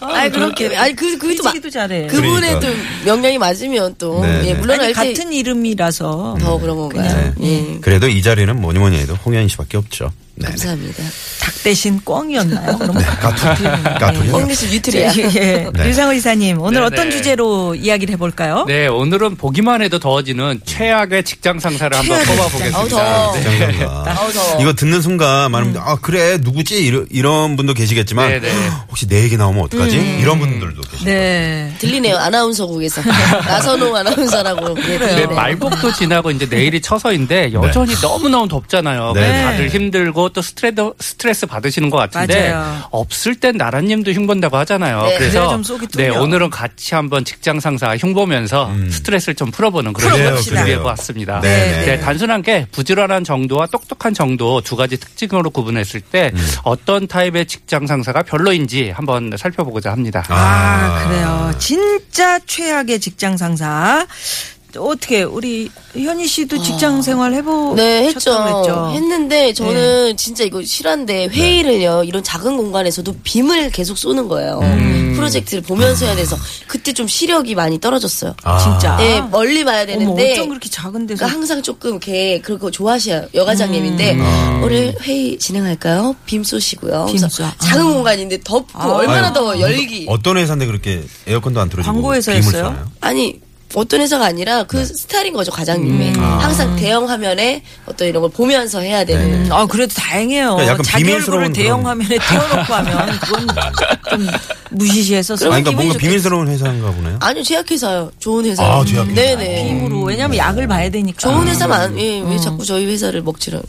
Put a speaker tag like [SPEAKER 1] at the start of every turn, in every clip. [SPEAKER 1] 아니, 그렇게. 아니, 그, 그게 또. 마-
[SPEAKER 2] 일찍이도 잘해.
[SPEAKER 1] 그분의
[SPEAKER 3] 그러니까.
[SPEAKER 1] 또 명령이 맞으면 또.
[SPEAKER 3] 네,
[SPEAKER 1] 예,
[SPEAKER 3] 네.
[SPEAKER 1] 물론
[SPEAKER 2] 아니,
[SPEAKER 1] 알 때. 네.
[SPEAKER 2] 같은 네. 이름이라서.
[SPEAKER 1] 더 그런 건가요? 예.
[SPEAKER 3] 그래도 이 자리는 뭐니 뭐니 해도 홍현희 씨밖에 없죠. 네.
[SPEAKER 1] 감사합니다.
[SPEAKER 2] 닭 대신 꿩이었나요? 그럼
[SPEAKER 3] 까투리. 까투리.
[SPEAKER 1] 홍리 씨 뉴트리아.
[SPEAKER 2] 예.
[SPEAKER 3] 네.
[SPEAKER 2] 류상호 이사님, 오늘
[SPEAKER 4] 네네.
[SPEAKER 2] 어떤 주제로 이야기를 해볼까요?
[SPEAKER 4] 네, 오늘은 보기만 해도 더워지는 최악의 직장 상사를 한번
[SPEAKER 2] 최악의
[SPEAKER 4] 뽑아보겠습니다.
[SPEAKER 1] 직장. 어우, 더워.
[SPEAKER 4] 네.
[SPEAKER 3] 장상가.
[SPEAKER 1] 아우, 더워.
[SPEAKER 3] 이거 듣는 순간 많은
[SPEAKER 2] 음.
[SPEAKER 3] 분들 아 그래 누구지 이러, 이런 분도 계시겠지만
[SPEAKER 4] 네네.
[SPEAKER 3] 혹시 내 얘기 나오면 어떡하지 이런 분들도
[SPEAKER 2] 음.
[SPEAKER 3] 계시죠.
[SPEAKER 2] 네.
[SPEAKER 1] 들리네요. 아나운서국에서. 나선홍 아나운서라고. 예,
[SPEAKER 4] 네,
[SPEAKER 1] 들리네요.
[SPEAKER 4] 말복도 지나고 이제 내일이 처서인데 여전히 너무너무 덥잖아요.
[SPEAKER 3] 네.
[SPEAKER 4] 그래서 다들 힘들고 또 스트레스, 스트레스 받으시는 것 같은데
[SPEAKER 2] 맞아요.
[SPEAKER 4] 없을 땐 나라님도 흉본다고 하잖아요.
[SPEAKER 1] 네.
[SPEAKER 2] 그래야
[SPEAKER 4] 그래서
[SPEAKER 2] 좀 속이
[SPEAKER 4] 네,
[SPEAKER 2] 뚫려.
[SPEAKER 4] 오늘은 같이 한번 직장 상사 흉보면서 스트레스를 좀 풀어보는 그런
[SPEAKER 3] 그래요, 그래요.
[SPEAKER 4] 시간을 준비해보았습니다.
[SPEAKER 3] 음. 네, 네.
[SPEAKER 4] 네, 단순한 게 부지런한 정도와 똑똑한 정도 두 가지 특징으로 구분했을 때
[SPEAKER 3] 음.
[SPEAKER 4] 어떤 타입의 직장 상사가 별로인지 한번 살펴보고자 합니다.
[SPEAKER 2] 아, 그래요. 진짜 최악의 직장 상사. 어떻게 우리 현희 씨도 직장 생활 해보
[SPEAKER 1] 아.
[SPEAKER 2] 셨다고
[SPEAKER 1] 네, 했죠.
[SPEAKER 2] 그랬죠? 네.
[SPEAKER 1] 했는데 저는 진짜 이거
[SPEAKER 3] 네.
[SPEAKER 1] 실한데 회의를요 이런 작은 공간에서도 빔을 계속 쏘는 거예요.
[SPEAKER 3] 음.
[SPEAKER 1] 프로젝트를 보면서 해야 돼서 그때 좀 시력이 많이 떨어졌어요.
[SPEAKER 3] 아.
[SPEAKER 2] 진짜.
[SPEAKER 1] 네, 멀리 봐야
[SPEAKER 2] 어머,
[SPEAKER 1] 되는데
[SPEAKER 2] 어쩜 그렇게 작은 데서
[SPEAKER 1] 그러니까 항상 조금 이렇게 그런 거 좋아하셔요. 여과장님인데
[SPEAKER 3] 음. 아.
[SPEAKER 1] 오늘 회의 진행할까요? 빔 쏘시고요.
[SPEAKER 2] 빔
[SPEAKER 1] 그래서
[SPEAKER 2] 쏘. 아.
[SPEAKER 1] 작은 공간인데 덥고 얼마나 더워 열기.
[SPEAKER 3] 어떤 회사인데 그렇게 에어컨도 안 틀어주고
[SPEAKER 2] 광고에서
[SPEAKER 3] 빔을
[SPEAKER 2] 했어요?
[SPEAKER 3] 쏘나요?
[SPEAKER 1] 아니 어떤 회사가 아니라
[SPEAKER 3] 네.
[SPEAKER 1] 그 스타일인 거죠 과장님이
[SPEAKER 3] 음. 아.
[SPEAKER 1] 항상 대형 화면에 어떤 이런 걸 보면서 해야 되는
[SPEAKER 3] 네.
[SPEAKER 2] 음, 아 그래도 다행이에요.
[SPEAKER 3] 그러니까 약간
[SPEAKER 2] 자기 얼굴을
[SPEAKER 3] 비밀스러운
[SPEAKER 2] 대형
[SPEAKER 3] 그런-
[SPEAKER 2] 화면에 띄워놓고 하면 그건 좀 무시시해서
[SPEAKER 3] 아니, 그러니까
[SPEAKER 1] 기분이
[SPEAKER 3] 뭔가
[SPEAKER 1] 좋겠-
[SPEAKER 3] 비밀스러운 회사인가 보네요.
[SPEAKER 1] 아니요, 제약회사요. 좋은 회사.
[SPEAKER 3] 아, 제약회사.
[SPEAKER 1] 네네.
[SPEAKER 2] 힘으로 왜냐면
[SPEAKER 3] 음.
[SPEAKER 2] 약을 봐야 되니까.
[SPEAKER 1] 좋은 회사만, 예,
[SPEAKER 2] 음.
[SPEAKER 1] 왜 자꾸 저희 회사를 먹지는.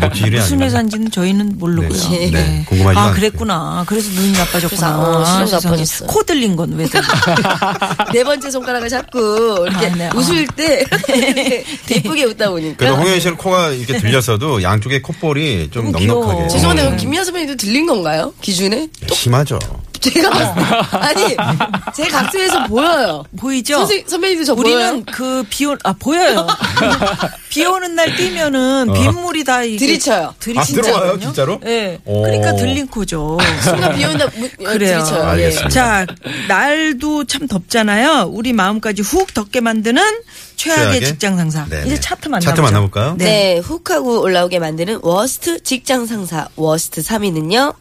[SPEAKER 3] 뭐 비일이
[SPEAKER 2] 아, 무슨
[SPEAKER 3] 아니라.
[SPEAKER 2] 회사인지는 저희는 모르고요.
[SPEAKER 3] 네,
[SPEAKER 2] 예.
[SPEAKER 3] 네, 궁금하지도
[SPEAKER 2] 아
[SPEAKER 3] 않고.
[SPEAKER 2] 그랬구나. 그래서 눈이 나빠졌구나.
[SPEAKER 1] 그래서, 어, 시력이
[SPEAKER 2] 세상에.
[SPEAKER 1] 나빠졌어요.
[SPEAKER 2] 코 들린 건 왜?
[SPEAKER 1] 네 번째 손가락을 자꾸 이렇게
[SPEAKER 2] 아, 네.
[SPEAKER 1] 웃을 때, 예쁘게 웃다 보니까.
[SPEAKER 3] 그래도 홍현 씨는 코가 이렇게 들려서도 양쪽에 콧볼이 좀
[SPEAKER 2] 너무 귀여워.
[SPEAKER 3] 넉넉하게. 어,
[SPEAKER 1] 죄송한데, 그럼 김미아 선배님도 들린 건가요? 기준에?
[SPEAKER 3] 심하죠.
[SPEAKER 1] 제가
[SPEAKER 2] 어.
[SPEAKER 1] 아니 제 각도에서 보여요.
[SPEAKER 2] 보이죠?
[SPEAKER 1] 선생 선배님도 저 보여요?
[SPEAKER 2] 우리는 그 비온 아 보여요. 비 오는 날 뛰면은 빗물이 다 이게
[SPEAKER 1] 들이쳐요.
[SPEAKER 2] 들이
[SPEAKER 3] 어. 아, 들어와요,
[SPEAKER 2] 진짜거든요.
[SPEAKER 3] 진짜로?
[SPEAKER 2] 예.
[SPEAKER 3] 오.
[SPEAKER 2] 그러니까 들린 코죠.
[SPEAKER 1] 순간 비온다
[SPEAKER 2] 그래요.
[SPEAKER 1] 들이쳐요. 예.
[SPEAKER 3] 알겠습니다.
[SPEAKER 2] 자, 날도 참 덥잖아요. 우리 마음까지 훅 덥게 만드는 최악의,
[SPEAKER 3] 최악의?
[SPEAKER 2] 직장 상사.
[SPEAKER 3] 네네.
[SPEAKER 2] 이제 차트 만나
[SPEAKER 3] 차트 만나볼까요?
[SPEAKER 1] 네. 훅하고 올라오게 만드는 워스트 직장 상사 워스트 3위는요.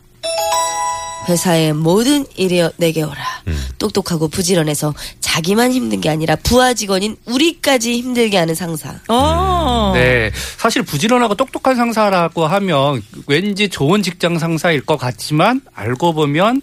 [SPEAKER 1] 회사의 모든 일이 내게 오라. 똑똑하고 부지런해서 자기만 힘든 게 아니라 부하 직원인 우리까지 힘들게 하는 상사.
[SPEAKER 2] 어.
[SPEAKER 3] 음.
[SPEAKER 4] 네. 사실 부지런하고 똑똑한 상사라고 하면 왠지 좋은 직장 상사일 것 같지만 알고 보면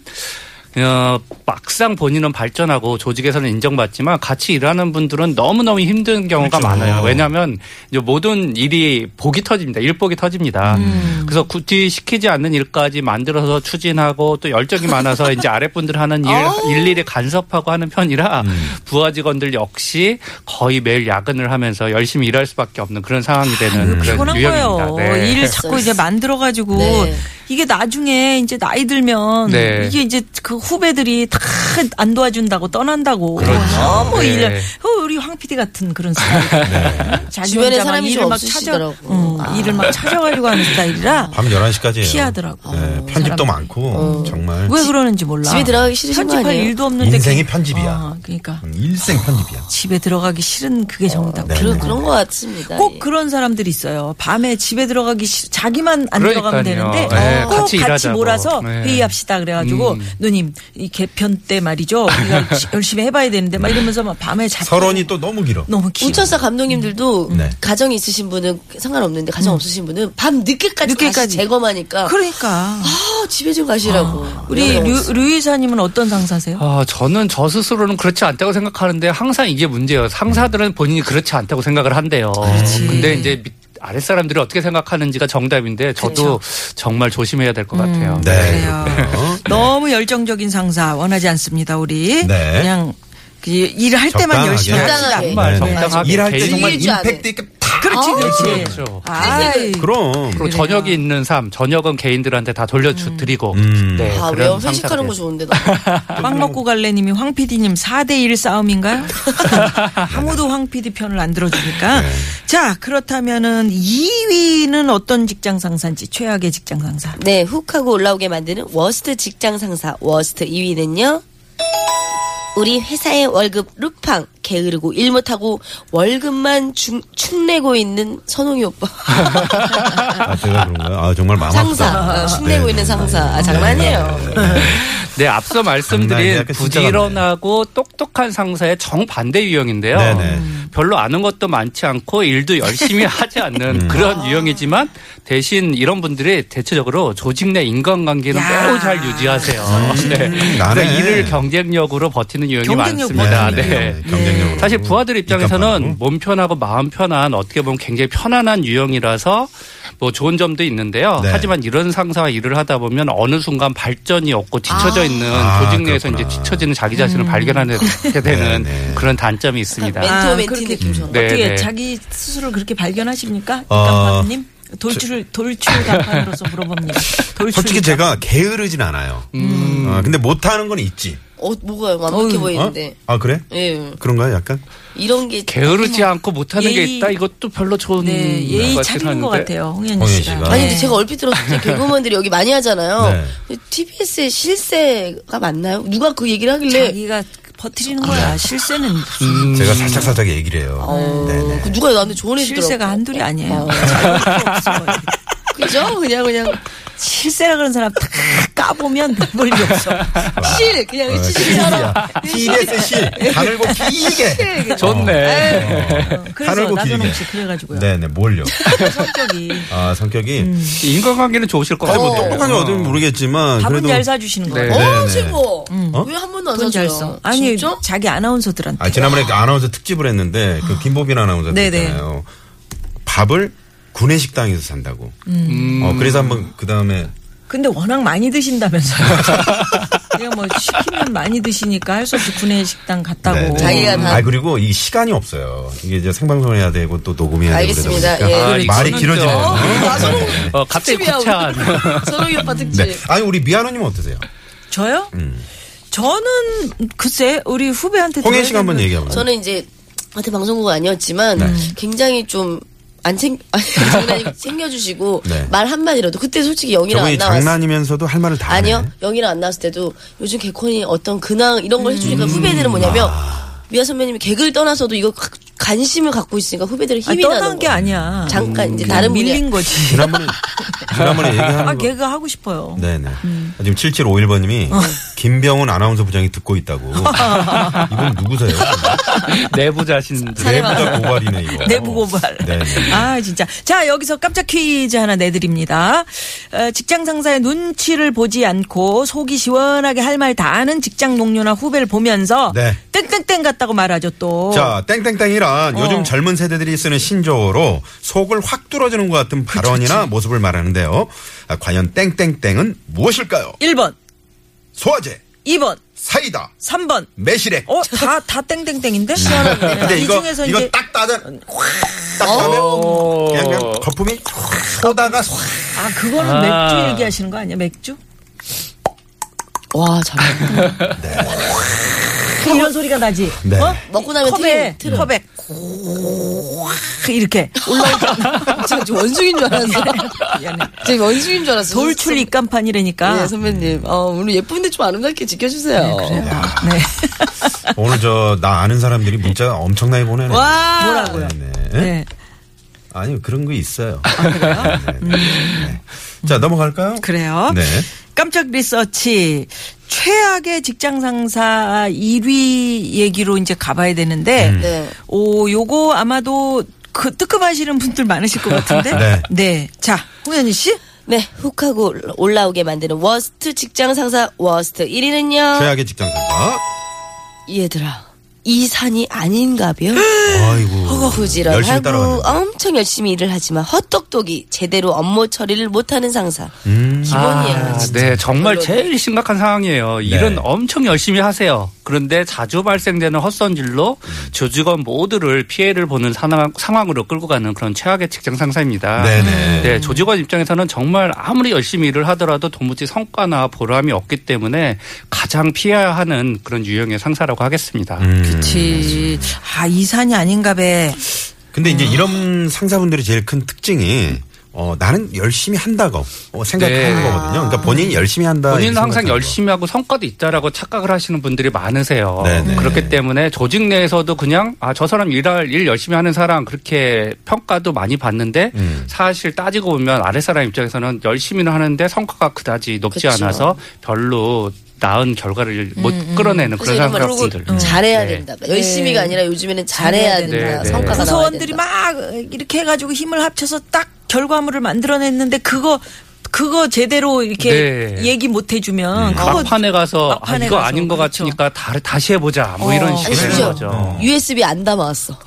[SPEAKER 4] 어, 막상 본인은 발전하고 조직에서는 인정받지만 같이 일하는 분들은 너무너무 힘든 경우가
[SPEAKER 2] 그렇죠.
[SPEAKER 4] 많아요. 왜냐하면 이제 모든 일이 복이 터집니다. 일복이 터집니다.
[SPEAKER 2] 음.
[SPEAKER 4] 그래서 굳이 시키지 않는 일까지 만들어서 추진하고 또 열정이 많아서 이제 아랫분들 하는 일
[SPEAKER 2] 어.
[SPEAKER 4] 일일이 간섭하고 하는 편이라
[SPEAKER 2] 음.
[SPEAKER 4] 부하 직원들 역시 거의 매일 야근을 하면서 열심히 일할 수밖에 없는 그런 상황이 되는 그런
[SPEAKER 2] 피곤한 거예요.
[SPEAKER 4] 유형입니다. 네.
[SPEAKER 2] 아, 일을 자꾸 이제 만들어가지고
[SPEAKER 1] 네.
[SPEAKER 2] 이게 나중에 이제 나이 들면
[SPEAKER 4] 네.
[SPEAKER 2] 이게 이제 그 후배들이 다 안 도와준다고 떠난다고
[SPEAKER 4] 그렇죠.
[SPEAKER 2] 너무
[SPEAKER 4] 네.
[SPEAKER 2] 일을 어, 우리 황 PD 같은 그런 스타일.
[SPEAKER 3] 네.
[SPEAKER 2] 자기
[SPEAKER 1] 주변에
[SPEAKER 2] 혼자 막
[SPEAKER 1] 사람이
[SPEAKER 2] 일을
[SPEAKER 1] 좀
[SPEAKER 2] 막 찾아
[SPEAKER 1] 없으시더라고.
[SPEAKER 2] 어,
[SPEAKER 1] 아.
[SPEAKER 2] 일을 막 찾아가려고 하는 스타일이라
[SPEAKER 3] 밤 11시까지예요.
[SPEAKER 2] 피하더라고. 어,
[SPEAKER 3] 네, 편집도
[SPEAKER 2] 사람들이. 어.
[SPEAKER 3] 많고 정말
[SPEAKER 2] 왜 그러는지 몰라.
[SPEAKER 1] 집에 들어가기 싫으신 거
[SPEAKER 2] 편집할
[SPEAKER 1] 아니에요?
[SPEAKER 2] 일도 없는데
[SPEAKER 3] 인생이
[SPEAKER 2] 그-
[SPEAKER 3] 편집이야.
[SPEAKER 2] 아, 그러니까
[SPEAKER 3] 음, 일생 편집이야.
[SPEAKER 2] 집에 들어가기 싫은 그게 정답.
[SPEAKER 3] 네.
[SPEAKER 1] 그런 그런 것 같습니다.
[SPEAKER 2] 꼭
[SPEAKER 1] 예.
[SPEAKER 2] 그런 사람들이 있어요. 밤에 집에 들어가기 싫, 자기만 안 들어가면
[SPEAKER 4] 그러니까요.
[SPEAKER 2] 되는데
[SPEAKER 4] 네,
[SPEAKER 2] 꼭 같이,
[SPEAKER 4] 같이 일하자고.
[SPEAKER 2] 몰아서
[SPEAKER 4] 네.
[SPEAKER 2] 회의합시다 그래가지고 누님 이 개편 때 말이죠. 우리가 시- 열심히 해봐야 되는데 막 이러면서 막 밤에 자꾸
[SPEAKER 3] 서론이 또 너무 길어.
[SPEAKER 2] 너무 길.
[SPEAKER 1] 우천사 감독님들도
[SPEAKER 3] 네.
[SPEAKER 1] 가정이 있으신 분은 상관없는데 가정 없으신 분은 밤 늦게까지
[SPEAKER 2] 늦게까지.
[SPEAKER 1] 가시 제거하니까
[SPEAKER 2] 그러니까
[SPEAKER 1] 아, 집에 좀 가시라고.
[SPEAKER 2] 우리 류, 류 이사님은 어떤 상사세요?
[SPEAKER 4] 아, 저는 저 스스로는 그렇지 않다고 생각하는데 항상 이게 문제예요. 상사들은 본인이 그렇지 않다고 생각을 한대요. 근데 이제 밑- 아랫사람들이 어떻게 생각하는지가 정답인데 저도 정말 조심해야 될 것
[SPEAKER 3] 그렇죠.
[SPEAKER 4] 같아요.
[SPEAKER 3] 네.
[SPEAKER 2] 그래요.
[SPEAKER 3] 그렇군요.
[SPEAKER 2] 너무 열정적인 상사 원하지 않습니다. 우리
[SPEAKER 3] 네.
[SPEAKER 2] 그냥 그 일할 때만
[SPEAKER 3] 적당하게.
[SPEAKER 2] 열심히 합시다.
[SPEAKER 1] 적당하게.
[SPEAKER 4] 정말
[SPEAKER 3] 네.
[SPEAKER 4] 적당하게
[SPEAKER 3] 일할 때
[SPEAKER 4] 개인-
[SPEAKER 3] 정말
[SPEAKER 1] 즐길 줄 아는.
[SPEAKER 3] 임팩트 있게 탁.
[SPEAKER 2] 그렇지 그렇지.
[SPEAKER 4] 그렇죠.
[SPEAKER 2] 아이,
[SPEAKER 3] 네. 그럼.
[SPEAKER 4] 그리고 저녁이 있는 삶, 저녁은 개인들한테 다 돌려드리고.
[SPEAKER 3] 음.
[SPEAKER 4] 네,
[SPEAKER 1] 아,
[SPEAKER 4] 그런
[SPEAKER 1] 왜요? 회식하는
[SPEAKER 4] 상사들.
[SPEAKER 1] 거 좋은데 나.
[SPEAKER 2] 빵 먹고 갈래님이 황 PD님 4대1 싸움인가요? 아무도 황 PD 편을 안 들어주니까.
[SPEAKER 3] 네.
[SPEAKER 2] 자, 그렇다면은 2위는 어떤 직장 상사인지 최악의 직장 상사.
[SPEAKER 1] 네, 훅하고 올라오게 만드는 워스트 직장 상사 워스트 2위는요. 우리 회사의 월급 루팡 게으르고 일 못하고 월급만 중, 축내고 있는 선홍이 오빠
[SPEAKER 3] 아, 제가 그런가요? 아, 정말 마음
[SPEAKER 1] 상사
[SPEAKER 3] 아프다.
[SPEAKER 1] 아, 축내고
[SPEAKER 3] 네.
[SPEAKER 1] 있는 상사 아, 장난 이에요
[SPEAKER 4] 네, 앞서
[SPEAKER 3] 장난이
[SPEAKER 4] 말씀드린
[SPEAKER 3] 약간 그러니까 진짜
[SPEAKER 4] 부지런하고 똑똑한 상사의 정반대 유형인데요. 음.
[SPEAKER 3] 네네.
[SPEAKER 4] 별로 아는 것도 많지 않고 일도 열심히 하지 않는
[SPEAKER 3] 음.
[SPEAKER 4] 그런 유형이지만 대신 이런 분들이 대체적으로 조직 내 인간관계는
[SPEAKER 2] 야.
[SPEAKER 4] 매우 잘 유지하세요. 네. 그러니까
[SPEAKER 3] 음. 나네.
[SPEAKER 4] 일을 경쟁력으로 버티는 유형이
[SPEAKER 2] 경쟁력으로
[SPEAKER 4] 많습니다.
[SPEAKER 3] 음, 네, 네,
[SPEAKER 4] 네.
[SPEAKER 3] 네. 경쟁력으로.
[SPEAKER 4] 사실 부하들 입장에서는
[SPEAKER 3] 입장하고.
[SPEAKER 4] 몸 편하고 마음 편한 어떻게 보면 굉장히 편안한 유형이라서 뭐 좋은 점도 있는데요.
[SPEAKER 3] 네.
[SPEAKER 4] 하지만 이런 상사와 일을 하다 보면 어느 순간 발전이 없고 지쳐져 있는
[SPEAKER 3] 아,
[SPEAKER 4] 조직 내에서
[SPEAKER 3] 그렇구나.
[SPEAKER 4] 이제 지쳐지는 자기 자신을 발견하게 되는
[SPEAKER 3] 네, 네.
[SPEAKER 4] 그런 단점이 있습니다.
[SPEAKER 1] 멘토
[SPEAKER 2] 음.
[SPEAKER 1] 멘티
[SPEAKER 2] 아, 그렇게
[SPEAKER 3] 음.
[SPEAKER 1] 느낌처럼
[SPEAKER 4] 네,
[SPEAKER 2] 어떻게
[SPEAKER 4] 네.
[SPEAKER 2] 자기 스스로 그렇게 발견하십니까?
[SPEAKER 3] 어,
[SPEAKER 2] 감독님 돌출 돌출 간판으로서 물어봅니다. 돌출
[SPEAKER 3] 솔직히 제가 게으르진 않아요.
[SPEAKER 2] 음.
[SPEAKER 3] 아, 근데 못하는 건 있지.
[SPEAKER 1] 어, 뭐가요? 완벽해
[SPEAKER 2] 어휴.
[SPEAKER 3] 어?
[SPEAKER 2] 네.
[SPEAKER 1] 보이는데
[SPEAKER 3] 아, 그래?
[SPEAKER 1] 예
[SPEAKER 3] 그런가요, 약간?
[SPEAKER 1] 이런 게 음.
[SPEAKER 4] 게으르지 않고 못하는 게
[SPEAKER 2] 뭐 예의-
[SPEAKER 4] 있다. 이것도 별로 좋은
[SPEAKER 2] 네, 예의
[SPEAKER 4] 것
[SPEAKER 2] 차리는 것
[SPEAKER 4] 같긴 한데.
[SPEAKER 2] 같아요. 홍현
[SPEAKER 3] 홍현
[SPEAKER 2] 씨가.
[SPEAKER 3] 씨가.
[SPEAKER 1] 아니 근데
[SPEAKER 2] 네.
[SPEAKER 1] 제가 얼핏 들었을 때 개그우먼들이 여기 많이 하잖아요.
[SPEAKER 3] 네.
[SPEAKER 1] TBS의 실세가 맞나요? 누가 그 얘기를 하길래
[SPEAKER 2] 자기가 버티는
[SPEAKER 3] 아, 네.
[SPEAKER 2] 거야. 실세는 무슨
[SPEAKER 3] 제가 살짝살짝 얘기를 해요.
[SPEAKER 2] 어,
[SPEAKER 3] 어, 네네.
[SPEAKER 1] 그 누가 나한테 조언해 주더라고.
[SPEAKER 2] 실세가 한둘이 아니에요.
[SPEAKER 1] 어. 그죠? 그냥 그냥
[SPEAKER 2] 실세라 그런 사람 다 까보면 눈물이 없어.
[SPEAKER 1] 실
[SPEAKER 3] 어,
[SPEAKER 1] 그냥 실처럼
[SPEAKER 3] TBS 실. 가늘고 길게.
[SPEAKER 4] 좋네.
[SPEAKER 2] 어. 그래서
[SPEAKER 3] 가늘고
[SPEAKER 2] 나도
[SPEAKER 3] 길게.
[SPEAKER 2] 혹시 그래가지고요.
[SPEAKER 3] 네네, 뭘요?
[SPEAKER 2] 성격이
[SPEAKER 3] 아, 성격이.
[SPEAKER 2] 음.
[SPEAKER 4] 인간관계는 좋으실 것
[SPEAKER 3] 아니,
[SPEAKER 4] 같아요.
[SPEAKER 3] 뭐 똑똑한지 어딘 모르겠지만.
[SPEAKER 2] 밥은
[SPEAKER 3] 그래도.
[SPEAKER 2] 잘 사주시는 거
[SPEAKER 4] 네.
[SPEAKER 2] 같아요.
[SPEAKER 3] 네네.
[SPEAKER 1] 어 최고.
[SPEAKER 3] 어?
[SPEAKER 1] 왜 한 번도 안
[SPEAKER 2] 음. 돈 잘
[SPEAKER 1] 사줘요?
[SPEAKER 2] 써. 아니
[SPEAKER 1] 진짜?
[SPEAKER 2] 자기 아나운서들한테
[SPEAKER 3] 아, 지난번에 그 아나운서 특집을 했는데, 그 김보빈 아나운서
[SPEAKER 2] 네네.
[SPEAKER 3] 있잖아요. 밥을 구내식당에서 산다고.
[SPEAKER 2] 음.
[SPEAKER 3] 어, 그래서 한번 그 다음에
[SPEAKER 2] 근데 워낙 많이 드신다면서요. 그냥 뭐 시키면 많이 드시니까 할 수 없이 구내식당 갔다고.
[SPEAKER 3] 네.
[SPEAKER 1] 자기가 다-
[SPEAKER 3] 아 그리고 이 시간이 없어요. 이게 이제 생방송을 해야 되고 또 녹음해야 되고
[SPEAKER 1] 알겠습니다. 그렇죠.
[SPEAKER 3] 그러다 보니까
[SPEAKER 4] 예. 아,
[SPEAKER 3] 말이
[SPEAKER 4] 이거는
[SPEAKER 3] 길어지네요.
[SPEAKER 4] 좀-
[SPEAKER 3] 네.
[SPEAKER 4] 어, 갑자기
[SPEAKER 1] 특집이야,
[SPEAKER 4] 구차한.
[SPEAKER 1] 우리. 서롱이 오빠 특집.
[SPEAKER 3] 네. 아니 우리 미아노님은 어떠세요?
[SPEAKER 2] 저요? 저는 글쎄 우리 후배한테
[SPEAKER 3] 홍혜
[SPEAKER 2] 들어야
[SPEAKER 3] 씨가 한번
[SPEAKER 2] 되는-
[SPEAKER 3] 얘기해봐요.
[SPEAKER 1] 저는 이제 하여튼 방송국 아니었지만
[SPEAKER 3] 네.
[SPEAKER 1] 굉장히 좀 안 챙, 아니, 장난이 챙겨주시고
[SPEAKER 3] 네.
[SPEAKER 1] 말 한마디라도 그때 솔직히 영희랑 안
[SPEAKER 3] 저분이
[SPEAKER 1] 나왔어.
[SPEAKER 3] 장난이면서도 할 말을 다
[SPEAKER 1] 아니요.
[SPEAKER 3] 하네.
[SPEAKER 1] 영희랑 안 나왔을 때도 요즘 개콘이 어떤 근황 이런
[SPEAKER 3] 음.
[SPEAKER 1] 걸 해주니까 후배들은 뭐냐면 미아 선배님이 개그를 떠나서도 이거 가- 관심을 갖고 있으니까 후배들은
[SPEAKER 2] 아,
[SPEAKER 1] 힘이 나는
[SPEAKER 2] 떠난 게
[SPEAKER 1] 거예요.
[SPEAKER 2] 아니야.
[SPEAKER 1] 잠깐 이제
[SPEAKER 2] 그냥
[SPEAKER 1] 다른 분야
[SPEAKER 2] 밀린 거지.
[SPEAKER 3] 지난번에 지난번에 얘기하는
[SPEAKER 2] 아
[SPEAKER 3] 거.
[SPEAKER 2] 걔가 하고 싶어요.
[SPEAKER 3] 네네.
[SPEAKER 1] 음.
[SPEAKER 3] 아, 지금 7751번님이
[SPEAKER 1] 어.
[SPEAKER 3] 김병훈 아나운서 부장이 듣고 있다고. 이분 누구세요?
[SPEAKER 4] 내부 자신
[SPEAKER 3] 내부자 고발이네 이거.
[SPEAKER 2] 내부 고발.
[SPEAKER 3] 네네.
[SPEAKER 2] 아 진짜. 자 여기서 깜짝 퀴즈 하나 내드립니다. 어, 직장 상사의 눈치를 보지 않고 속이 시원하게 할 말 다 아는 직장 동료나 후배를 보면서
[SPEAKER 3] 네.
[SPEAKER 2] 땡땡땡 같다고 말하죠 또.
[SPEAKER 3] 자, 땡땡땡이란
[SPEAKER 2] 어.
[SPEAKER 3] 요즘 젊은 세대들이 쓰는 신조어로 속을 확 뚫어주는 것 같은 발언이나 모습을 말하는데요. 아, 과연 땡땡땡은 무엇일까요?
[SPEAKER 2] 1번,
[SPEAKER 3] 소화제,
[SPEAKER 2] 2번,
[SPEAKER 3] 사이다,
[SPEAKER 2] 3번.
[SPEAKER 3] 매실액.
[SPEAKER 2] 어, 다, 다 땡땡땡인데? 아,
[SPEAKER 3] 근데
[SPEAKER 2] 이
[SPEAKER 3] 이거
[SPEAKER 2] 중에서
[SPEAKER 3] 이거
[SPEAKER 2] 이제 어.
[SPEAKER 3] 딱 따져 딱 하면 그냥, 그냥 거품이 쏘다가 쏴.
[SPEAKER 2] 아, 그거는 맥주 얘기하시는 거 아니야? 맥주?
[SPEAKER 1] 와, 잘한다.
[SPEAKER 2] 그 이런 소리가 나지.
[SPEAKER 3] 네.
[SPEAKER 2] 어?
[SPEAKER 1] 먹고 나면
[SPEAKER 2] 컵에 컵에 콱 이렇게
[SPEAKER 1] 제가 아, 지금 원숭인 줄 알았는데.
[SPEAKER 2] 미안해.
[SPEAKER 1] 제가 원숭인 줄 알았어요.
[SPEAKER 2] 돌출
[SPEAKER 1] 예,
[SPEAKER 2] 입간판이라니까.
[SPEAKER 1] 선배님. 어, 오늘 예쁜데 좀 아름답게 지켜주세요.
[SPEAKER 2] 네.
[SPEAKER 3] 오늘 저 나 아는 사람들이 문자 엄청나게 보내네.
[SPEAKER 1] 와!
[SPEAKER 2] 뭐라고요?
[SPEAKER 3] 네.
[SPEAKER 2] 네.
[SPEAKER 3] 아니 그런 거 있어요. 네, 네, 네. 자 넘어갈까요?
[SPEAKER 2] 그래요.
[SPEAKER 3] 네.
[SPEAKER 2] 깜짝 리서치 최악의 직장 상사 1위 얘기로 이제 가봐야 되는데
[SPEAKER 3] 음.
[SPEAKER 1] 네.
[SPEAKER 2] 오 요거 아마도 그 뜨끔하시는 분들 많으실 것 같은데.
[SPEAKER 3] 네.
[SPEAKER 2] 자, 홍현희 씨.
[SPEAKER 1] 네, 훅하고 올라오게 만드는 워스트 직장 상사 워스트 1위는요.
[SPEAKER 3] 최악의 직장 상사.
[SPEAKER 1] 얘들아, 이 산이 아닌가벼.
[SPEAKER 3] 아이고. 열심히
[SPEAKER 1] 허거후지런하고
[SPEAKER 3] 따라가네.
[SPEAKER 1] 엄청 열심히 일을 하지만 헛똑똑이 제대로 업무 처리를 못하는 상사.
[SPEAKER 3] 음.
[SPEAKER 1] 기본이에요.
[SPEAKER 4] 아,
[SPEAKER 1] 진짜.
[SPEAKER 4] 네, 정말
[SPEAKER 1] 물론.
[SPEAKER 4] 제일 심각한 상황이에요.
[SPEAKER 3] 네.
[SPEAKER 4] 일은 엄청 열심히 하세요. 그런데 자주 발생되는 헛선질로 조직원 모두를 피해를 보는 상황, 상황으로 끌고 가는 그런 최악의 직장 상사입니다.
[SPEAKER 3] 네네.
[SPEAKER 4] 네, 조직원 입장에서는 정말 아무리 열심히 일을 하더라도 도무지 성과나 보람이 없기 때문에 가장 피해야 하는 그런 유형의 상사라고 하겠습니다.
[SPEAKER 3] 음.
[SPEAKER 2] 그치. 아, 이산이 아닌가 배.
[SPEAKER 3] 근데 이제 이런 상사분들이 제일 큰 특징이 어 나는 열심히 한다고 어, 생각하는
[SPEAKER 4] 네.
[SPEAKER 3] 거거든요. 그러니까 본인이 열심히 한다.
[SPEAKER 4] 본인은
[SPEAKER 3] 이렇게
[SPEAKER 4] 항상
[SPEAKER 3] 생각하는 거.
[SPEAKER 4] 열심히 하고 성과도 있다라고 착각을 하시는 분들이 많으세요.
[SPEAKER 3] 네네.
[SPEAKER 4] 그렇기 때문에 조직 내에서도 그냥 아 저 사람 일할 일 열심히 하는 사람 그렇게 평가도 많이 받는데
[SPEAKER 3] 음.
[SPEAKER 4] 사실 따지고 보면 아랫 사람 입장에서는 열심히는 하는데 성과가 그다지 높지
[SPEAKER 1] 그쵸.
[SPEAKER 4] 않아서 별로 나은 결과를
[SPEAKER 2] 음,
[SPEAKER 4] 못 끌어내는
[SPEAKER 1] 그래서
[SPEAKER 4] 그런
[SPEAKER 1] 이런 말
[SPEAKER 4] 사람들.
[SPEAKER 1] 그러고 잘해야
[SPEAKER 4] 네.
[SPEAKER 1] 된다. 열심히가 아니라 요즘에는 잘해야 된다.
[SPEAKER 4] 된다. 네, 네.
[SPEAKER 1] 성과가
[SPEAKER 2] 구성원들이
[SPEAKER 1] 나와야 된다.
[SPEAKER 2] 그 막 이렇게 해가지고 힘을 합쳐서 딱 결과물을 만들어냈는데 그거 그거 제대로 이렇게
[SPEAKER 4] 네.
[SPEAKER 2] 얘기 못 해주면 그거
[SPEAKER 4] 음. 막판에 가서
[SPEAKER 2] 막판에
[SPEAKER 4] 아, 이거
[SPEAKER 2] 가서,
[SPEAKER 4] 아닌 것
[SPEAKER 2] 그렇죠.
[SPEAKER 4] 같으니까 다, 다시 해보자 뭐 이런 식이 되는
[SPEAKER 1] 심지어
[SPEAKER 4] 거죠.
[SPEAKER 1] USB 안 담아왔어.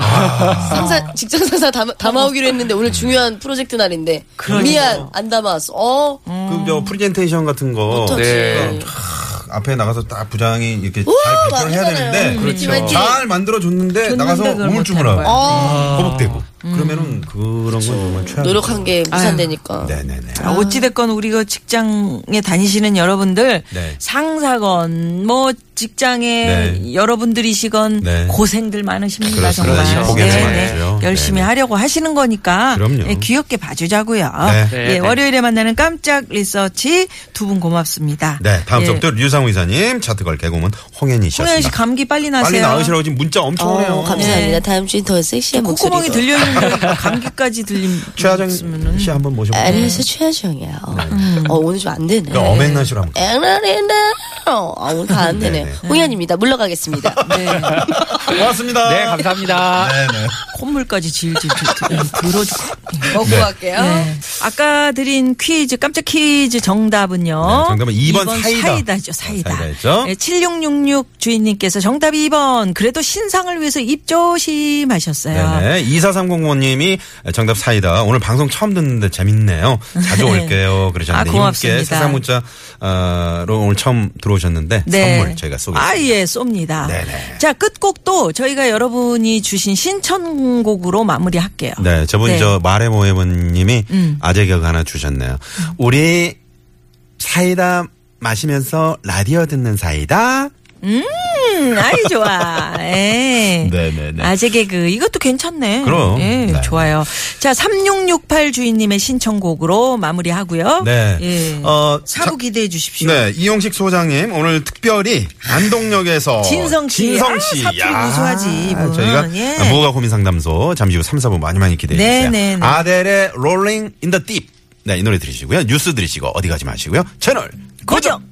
[SPEAKER 1] 상사 직장 상사 담아, 담아오기로 했는데 오늘 중요한 프로젝트 날인데 미안 안 담아왔어. 어,
[SPEAKER 3] 그 저 프리젠테이션 같은 거
[SPEAKER 1] 어떡하지?
[SPEAKER 4] 네.
[SPEAKER 3] 탁 앞에 나가서 딱 부장이 이렇게 잘 발표를 해야
[SPEAKER 1] 막히잖아요.
[SPEAKER 3] 되는데
[SPEAKER 4] 그렇죠.
[SPEAKER 1] 음.
[SPEAKER 3] 잘 만들어 줬는데 나가서
[SPEAKER 2] 그걸
[SPEAKER 3] 우물쭈물
[SPEAKER 1] 어.
[SPEAKER 2] 못한
[SPEAKER 3] 하고 허벅대고 그러면은 그런 건 정말 최악.
[SPEAKER 1] 노력한 게 무산되니까.
[SPEAKER 3] 네네네.
[SPEAKER 2] 아, 어찌됐건 우리 가 직장에 다니시는 여러분들
[SPEAKER 3] 네.
[SPEAKER 2] 상사건 뭐 직장에
[SPEAKER 3] 네.
[SPEAKER 2] 여러분들이시건
[SPEAKER 3] 네.
[SPEAKER 2] 고생들 많으십니다
[SPEAKER 3] 그렇습니다.
[SPEAKER 2] 정말 네,
[SPEAKER 4] 고생
[SPEAKER 3] 많으죠.
[SPEAKER 2] 열심히
[SPEAKER 3] 네.
[SPEAKER 2] 하려고 하시는 거니까
[SPEAKER 3] 그럼요.
[SPEAKER 2] 예, 귀엽게 봐주자고요.
[SPEAKER 3] 네.
[SPEAKER 4] 네,
[SPEAKER 2] 예,
[SPEAKER 4] 네.
[SPEAKER 2] 월요일에 만나는 깜짝 리서치 두 분 고맙습니다.
[SPEAKER 3] 네, 다음
[SPEAKER 2] 예.
[SPEAKER 3] 수업부터 류상우 이사님, 차트걸 개그우먼 홍현희 씨였습니다.
[SPEAKER 2] 홍현 씨 감기 빨리 나세요.
[SPEAKER 3] 빨리 나으시라고 지금 문자 엄청
[SPEAKER 1] 어,
[SPEAKER 3] 오네요.
[SPEAKER 1] 감사합니다. 다음 주엔 더 섹시한 목소리로.
[SPEAKER 2] 콧구멍이 들려 있는데 감기까지 들림.
[SPEAKER 3] 최하정
[SPEAKER 2] 있으면은.
[SPEAKER 3] 씨 한번 모셔보세요.
[SPEAKER 1] 아래에서 최하정이야. 어, 오늘 좀 안 되네.
[SPEAKER 3] 그러니까 어맨나 씨로 한번.
[SPEAKER 1] 에나레나. 아, 오늘 다 안 되네.
[SPEAKER 3] 네,
[SPEAKER 1] 홍현입니다. 물러가겠습니다.
[SPEAKER 2] 네.
[SPEAKER 3] 고맙습니다.
[SPEAKER 4] 네, 감사합니다.
[SPEAKER 3] 네네.
[SPEAKER 2] 콧물까지 질질 네, 들어주고.
[SPEAKER 1] 먹고
[SPEAKER 3] 네.
[SPEAKER 1] 갈게요.
[SPEAKER 2] 네. 아까 드린 퀴즈 깜짝 퀴즈 정답은요.
[SPEAKER 3] 네, 정답은 2번 사이다. 아,
[SPEAKER 2] 죠 사이다.
[SPEAKER 3] 사이다였죠.
[SPEAKER 2] 네, 7666 주인님께서 정답 2번. 그래도 신상을 위해서 입조심하셨어요.
[SPEAKER 3] 네네. 2430님이 정답 사이다. 오늘 방송 처음 듣는데 재밌네요. 자주 올게요. 그러셨는데.
[SPEAKER 2] 아, 고맙습니다.
[SPEAKER 3] 이분께 세상 문자로 오늘 처음 들어오셨는데
[SPEAKER 2] 네.
[SPEAKER 3] 선물 저희가 쏘겠습니다.
[SPEAKER 2] 아, 예, 쏩니다.
[SPEAKER 3] 네네.
[SPEAKER 2] 자, 끝곡도 저희가 여러분이 주신 신청곡으로 마무리할게요.
[SPEAKER 3] 네, 저번
[SPEAKER 2] 네. 음.
[SPEAKER 3] 저 말해 모해모님이 아재 격 하나 주셨네요. 우리 사이다 마시면서 라디오 듣는 사이다.
[SPEAKER 2] 음, 아유 좋아. 예.
[SPEAKER 3] 네네네.
[SPEAKER 2] 아재 개그 이것도 괜찮네.
[SPEAKER 3] 그럼.
[SPEAKER 2] 예,
[SPEAKER 3] 네.
[SPEAKER 2] 좋아요. 자, 3668 주인님의 신청곡으로 마무리하고요.
[SPEAKER 3] 네.
[SPEAKER 2] 예.
[SPEAKER 3] 어,
[SPEAKER 2] 사부 기대해 주십시오.
[SPEAKER 3] 네, 이용식 소장님 오늘 특별히 안동역에서
[SPEAKER 2] 진성 씨.
[SPEAKER 3] 진성
[SPEAKER 2] 아,
[SPEAKER 3] 씨.
[SPEAKER 2] 사투리
[SPEAKER 3] 야,
[SPEAKER 2] 우수하지, 이분.
[SPEAKER 3] 저희가
[SPEAKER 2] 예.
[SPEAKER 3] 무허가 고민 상담소 잠시 후 3, 4부 많이 많이 기대해
[SPEAKER 2] 네,
[SPEAKER 3] 주세요.
[SPEAKER 2] 네, 네.
[SPEAKER 3] 아델의 롤링 인 더 딥. 네, 이 노래 들으시고요. 뉴스 들으시고 어디 가지 마시고요. 채널
[SPEAKER 2] 고정.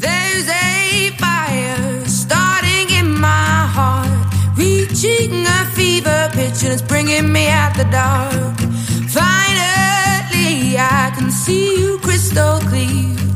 [SPEAKER 5] There's a fire starting in my heart, reaching a fever pitch, and it's bringing me out the dark. Finally, I can see you crystal clear.